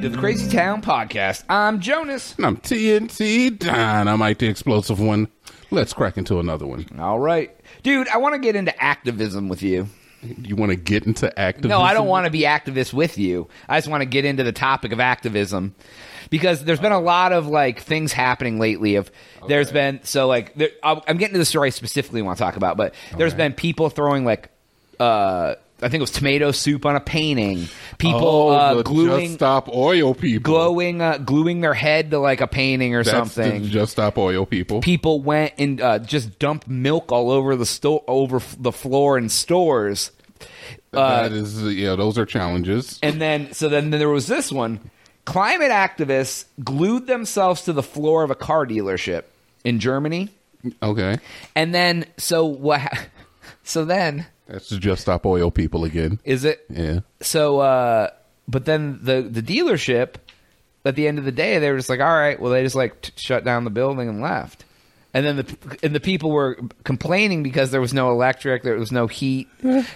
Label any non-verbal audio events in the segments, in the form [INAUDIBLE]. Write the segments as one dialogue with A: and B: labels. A: to the Crazy Town Podcast. I'm Jonas.
B: And I'm TNT Dynamite, the explosive one. Let's crack into another one.
A: All right. Dude, I want to get into activism with
B: [LAUGHS]
A: you.
B: You want to get into activism?
A: No, I don't want to be activist with you. I just want to get into the topic of activism because there's been a lot of like things happening lately. Of there's been so like there, I'll- I'm getting to the story I specifically want to talk about, but there's been people throwing like uh I think it was tomato soup on a painting. People
B: Oh,
A: uh,
B: the
A: gluing
B: Just Stop Oil people.
A: glowing uh, gluing their head to like a painting or
B: That's the
A: something.
B: Just Stop Oil people.
A: people went and uh, just dumped milk all over the store, over f- the floor in stores.
B: that
A: uh,
B: is, yeah, those are challenges.
A: And then, so then there was this one. Climate activists glued themselves to the floor of a car dealership in Germany.
B: Okay.
A: And then, so what? ha- [LAUGHS] So then,
B: That's the Just Stop Oil people again.
A: is it?
B: Yeah.
A: So, uh, but then the the dealership at the end of the day, they were just like, all right, well, they just like t- shut down the building and left. And then the and the people were complaining because there was no electric, there was no heat,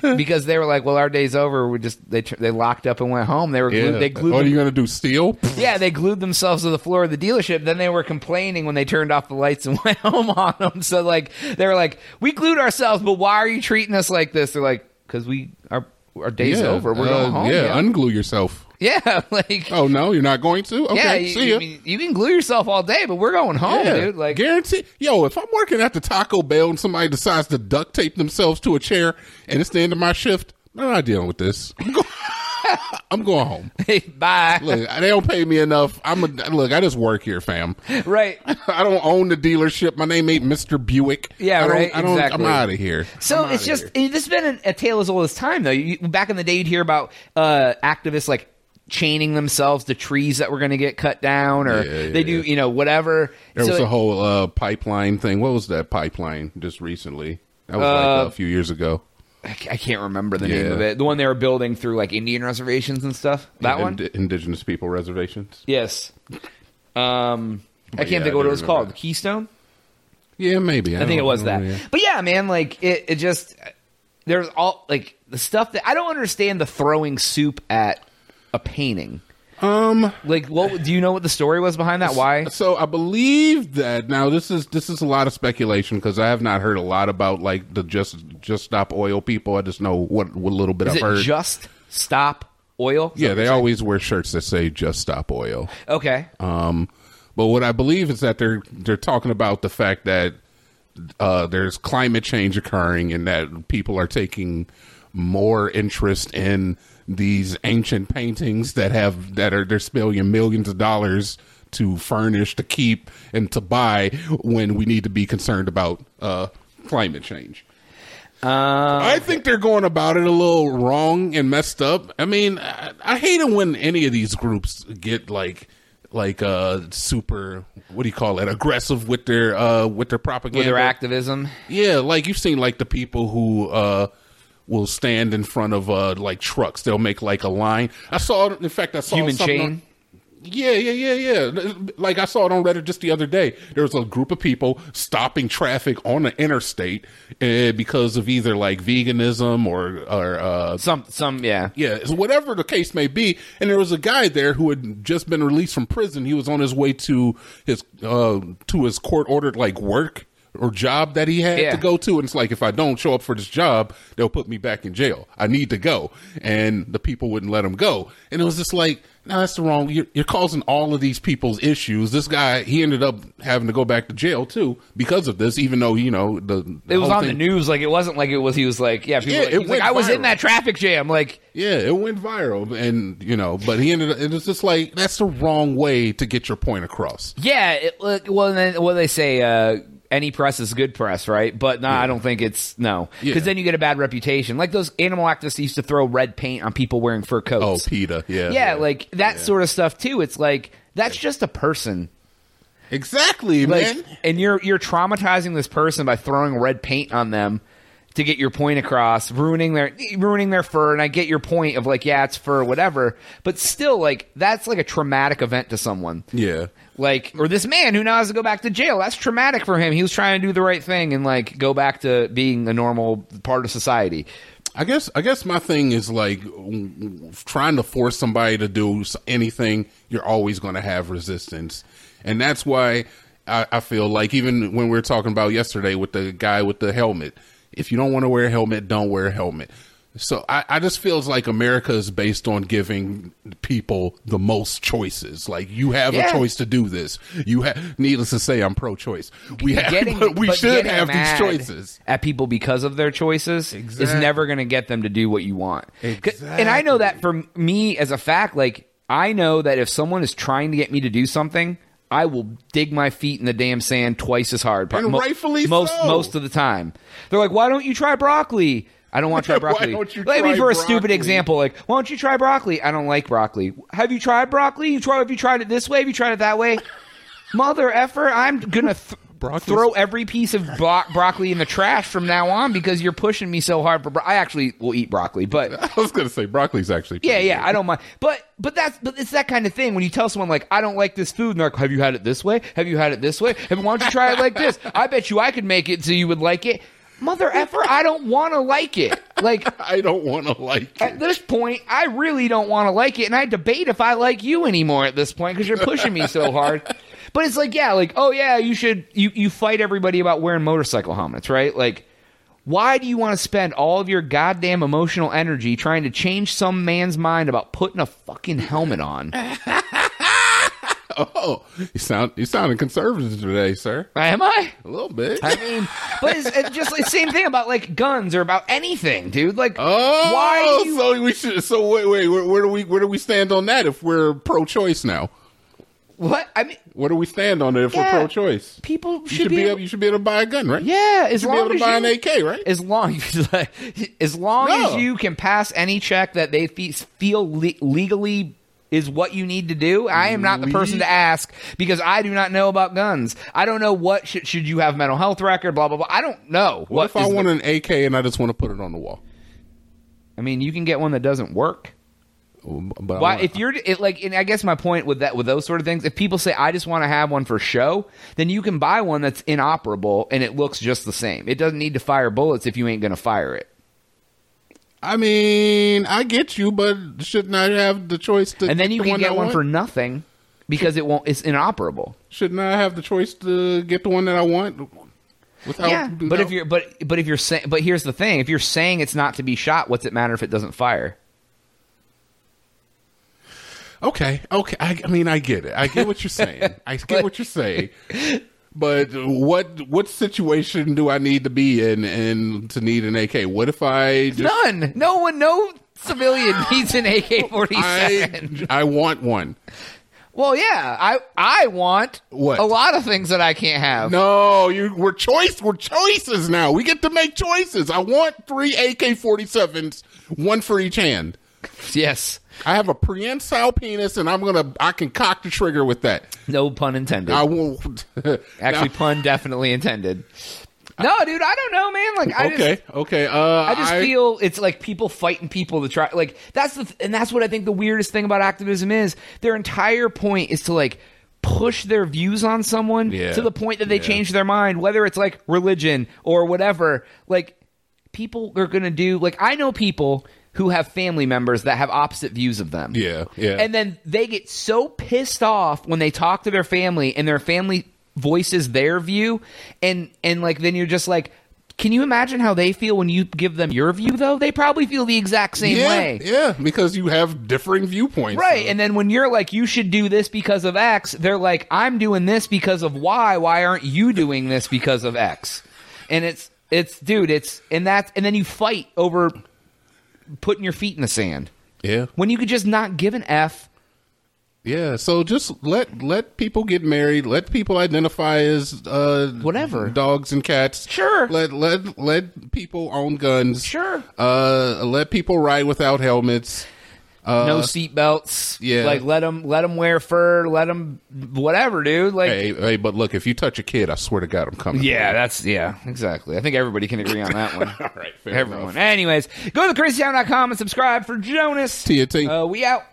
A: because they were like, well, our day's over. We just they tr- they locked up and went home. They were glued,
B: yeah.
A: they glued
B: what
A: them-
B: are you going to do? Steal?
A: Yeah, they glued themselves to the floor of the dealership. Then they were complaining when they turned off the lights and [LAUGHS] went home on them. So like they were like, "We glued ourselves, but why are you treating us like this?" They're like, "Cause we our our day's
B: Yeah,
A: over. We're
B: uh,
A: going home."
B: Yeah,
A: Yeah,
B: unglue yourself.
A: yeah, [LAUGHS] like
B: Oh, no, you're not going to? Okay,
A: yeah, you,
B: see ya.
A: I mean, you can glue yourself all day, but we're going home,
B: Yeah.
A: dude. Like,
B: guarantee. Yo, if I'm working at the Taco Bell and somebody decides to duct tape themselves to a chair and it's the end of my shift, I'm not dealing with this. [LAUGHS] I'm going, I'm going home.
A: [LAUGHS] bye.
B: [LAUGHS] Look, they don't pay me enough. I'm a, look. I just work here, fam.
A: Right.
B: I don't own the dealership. My name ain't Mister Buick.
A: Yeah,
B: I don't,
A: right,
B: I don't,
A: exactly.
B: I'm out of here.
A: So it's just it, this has been an, a tale as old as time though. You, back in the day, you'd hear about uh, activists like chaining themselves to trees that were going to get cut down, or
B: Yeah, yeah,
A: they do you know whatever.
B: There
A: So
B: was a
A: it-
B: whole uh, pipeline thing. What was that pipeline just recently? That was
A: Uh,
B: like a few years ago.
A: I ca- I can't remember the name
B: Yeah.
A: of it. The one they were building through like Indian reservations and stuff. That one.
B: Ind- Indigenous people reservations.
A: yes. Um, I
B: yeah,
A: can't
B: I
A: think of what
B: do
A: it was
B: remember
A: called.
B: that.
A: Keystone.
B: Yeah, maybe.
A: I think it
B: don't
A: was that.
B: know, Oh, yeah.
A: But yeah, man, like it, it just there's all like the stuff that I don't understand. The throwing soup at a painting.
B: Um.
A: Like, what do you know? What the story was behind that? Why?
B: So I believe that now this is this is a lot of speculation because I have not heard a lot about like the just just stop oil people. I just know what what little bit
A: Is
B: I've
A: it
B: heard.
A: just stop oil?
B: yeah, they always wear shirts that say just stop oil.
A: Okay.
B: Um, but what I believe is that they're they're talking about the fact that uh, there's climate change occurring and that people are taking more interest in these ancient paintings that have that are they're spilling millions of dollars to furnish, to keep, and to buy when we need to be concerned about uh, climate change. I think they're going about it a little wrong and messed up. I mean, I, I hate it when any of these groups get like like uh super what do you call it aggressive with their uh with their propaganda
A: With their activism.
B: yeah, like you've seen like the people who uh will stand in front of uh like trucks. They'll make like a line. I saw in fact I saw
A: Human
B: something
A: chain?
B: on- yeah, yeah, yeah, yeah. Like I saw it on Reddit just the other day. There was a group of people stopping traffic on the interstate uh, because of either like veganism or or uh,
A: Some. Some. Yeah.
B: yeah, so whatever the case may be. And there was a guy there who had just been released from prison. He was on his way to his uh, to his court ordered like work or job that he had
A: Yeah.
B: to go to. And it's like if I don't show up for this job, they'll put me back in jail. I need to go, and the people wouldn't let him go. And it was just like, no, that's the wrong. You're, you're causing all of these people's issues. This guy, he ended up having to go back to jail too because of this. Even though you know the, the
A: It was
B: whole
A: on the
B: thing-
A: news. Like it wasn't like it was. He was like, yeah. People
B: Yeah,
A: were like,
B: it
A: he's like,
B: went
A: I was in
B: viral.
A: that traffic jam. Like
B: Yeah, it went viral, and you know, but he ended. up It was just like that's the wrong way to get your point across.
A: yeah. It, like, well, and then what do they say? Uh, any press is good press, right? But no, I don't think it's no, because
B: Yeah.
A: then you get a bad reputation. Like those animal activists used to throw red paint on people wearing fur coats.
B: Oh, PETA, yeah,
A: yeah, like that sort of stuff too. It's like that's just a person.
B: exactly,
A: like
B: man.
A: and you're you're traumatizing this person by throwing red paint on them to get your point across ruining their ruining their fur and i get your point of like yeah it's fur whatever but still like that's like a traumatic event to someone
B: Yeah,
A: like or this man who now has to go back to jail that's traumatic for him he was trying to do the right thing and like go back to being a normal part of society
B: I guess I guess my thing is like w- w- trying to force somebody to do s- anything. You're always going to have resistance, and that's why I, I feel like even when we were talking about yesterday with the guy with the helmet, if you don't want to wear a helmet, don't wear a helmet. So I, I just feels like America is based on giving people the most choices. Like you have
A: Yeah.
B: a choice to do this. You have, needless to say, I'm pro-choice. We have, but [LAUGHS] we
A: but [LAUGHS]
B: should
A: getting
B: have these
A: mad
B: choices. [LAUGHS]
A: at people because of their choices is
B: Exactly.
A: never going to get them to do what you want. 'Cause- And I know that for me as a fact, like I know that if someone is trying to get me to do something, I will dig my feet in the damn sand twice as hard.
B: And rightfully
A: most
B: so.
A: most of the time. They're like, "Why don't you try broccoli?" I don't want to try
B: [LAUGHS] Why
A: broccoli.
B: don't you
A: Like, I mean,
B: try
A: for a stupid
B: broccoli?
A: example, like, why don't you try broccoli? I don't like broccoli. Have you tried broccoli? You try. Have you tried it this way? Have you tried it that
B: [LAUGHS]
A: way? Mother effer, I'm gonna th-
B: Broccoli's-
A: throw every piece of bro- broccoli in the trash from now on because you're pushing me so hard for. Bro- I actually will eat broccoli, but
B: [LAUGHS] I was going to say broccoli's actually.
A: yeah,
B: pretty
A: yeah, I don't mind. But but that's but it's that kind of thing when you tell someone like I don't like this food, and they're like, have you had it this way? Have you had it this way? Have, why don't you try it like this? I bet you I could make it so you would like it. Mother effer, I don't want to like it. Like
B: I don't want to like
A: at this point, I really don't want to like it, and I debate if I like you anymore at this point because you're pushing me so
B: [LAUGHS]
A: hard. But it's like, yeah, like, oh yeah, you should you you fight everybody about wearing motorcycle helmets, right? Like, why do you want to spend all of your goddamn emotional energy trying to change some man's mind about putting a fucking helmet
B: [LAUGHS]
A: on?
B: Oh, you sound you sounding conservative today, sir.
A: Am I?
B: A little bit.
A: I mean, but it's, it's just the same thing about like guns or about anything, dude. Like,
B: oh,
A: why do you
B: so we should. So wait, wait. Where, where do we where do we stand on that? If we're pro-choice now,
A: what? I mean,
B: where do we stand on it? If
A: Yeah.
B: we're pro-choice,
A: people should,
B: you should be able, you should be able to buy a gun, right?
A: yeah, as
B: you should be
A: long
B: able to
A: as
B: buy
A: you,
B: an AK, right?
A: as long [LAUGHS] as long
B: No.
A: as you can pass any check that they fe- feel le- legally is what you need to do. I am not the person to ask because I do not know about guns. I don't know what should, should you have mental health record, blah blah blah. I don't know
B: What if I
A: is the-
B: want an AK and I just want to put it on the wall?
A: I mean, you can get one that doesn't work.
B: Oh, But I
A: Why,
B: want-
A: if you're it, like, and I guess my point with that, with those sort of things, if people say I just want to have one for show, then you can buy one that's inoperable and it looks just the same. It doesn't need to fire bullets if you ain't going to fire it.
B: I mean, I get you, but shouldn't I have the choice to?
A: and then you
B: the
A: can
B: one
A: get
B: I
A: one
B: want?
A: for nothing because it won't. It's inoperable.
B: Shouldn't I have the choice to get the one that I want? Without,
A: yeah, but if
B: without-
A: you're but but if you're saying but here's the thing: if you're saying it's not to be shot, what's it matter if it doesn't fire?
B: Okay, okay. I, I mean, I get it. I get what you're saying.
A: [LAUGHS]
B: I get what you're saying. But what what situation do I need to be in and to need an AK? What if I just
A: None. No one. No civilian
B: [GASPS]
A: needs an AK forty seven.
B: I I want one?
A: Well, yeah. I I want
B: What?
A: a lot of things that I can't have.
B: No, you we're choice we're choices now. We get to make choices. I want three AK forty sevens, one for each hand.
A: Yes.
B: I have a prehensile penis, and I'm gonna I can cock the trigger with that.
A: No pun intended.
B: I won't. [LAUGHS]
A: Actually, pun definitely intended. No, dude, I don't know, man. Like, I just,
B: okay, okay. Uh,
A: I just feel it's like people fighting people to try like that's the th- and that's what I think the weirdest thing about activism is their entire point is to like push their views on someone
B: Yeah.
A: to the point that they
B: Yeah.
A: change their mind whether it's like religion or whatever like people are going to do like I know people who have family members that have opposite views of them.
B: Yeah, yeah.
A: And then they get so pissed off when they talk to their family and their family voices their view and and like then you're just like can you imagine how they feel when you give them your view though? They probably feel the exact same
B: yeah,
A: way.
B: Yeah, because you have differing viewpoints.
A: Right. And then when you're like you should do this because of X, they're like I'm doing this because of Y. Why aren't you doing this because of X? And it's it's dude, it's and that's and then you fight over putting your feet in the sand
B: Yeah.
A: when you could just not give an F
B: Yeah. So just let let people get married. Let people identify as uh,
A: Whatever.
B: dogs and cats.
A: Sure.
B: Let let let people own guns.
A: Sure.
B: Uh, let people ride without helmets.
A: no seatbelts.
B: Uh, yeah.
A: like let them let them wear fur, let them whatever, dude. Like,
B: Hey, hey, but look, if you touch a kid, I swear to God, I'm coming.
A: yeah, that's yeah, exactly. I think everybody can agree on that one.
B: [LAUGHS] All right. Fair
A: Everyone.
B: enough.
A: Anyways, go to thechristian.com and subscribe for Jonas.
B: TNT.
A: Uh, we out.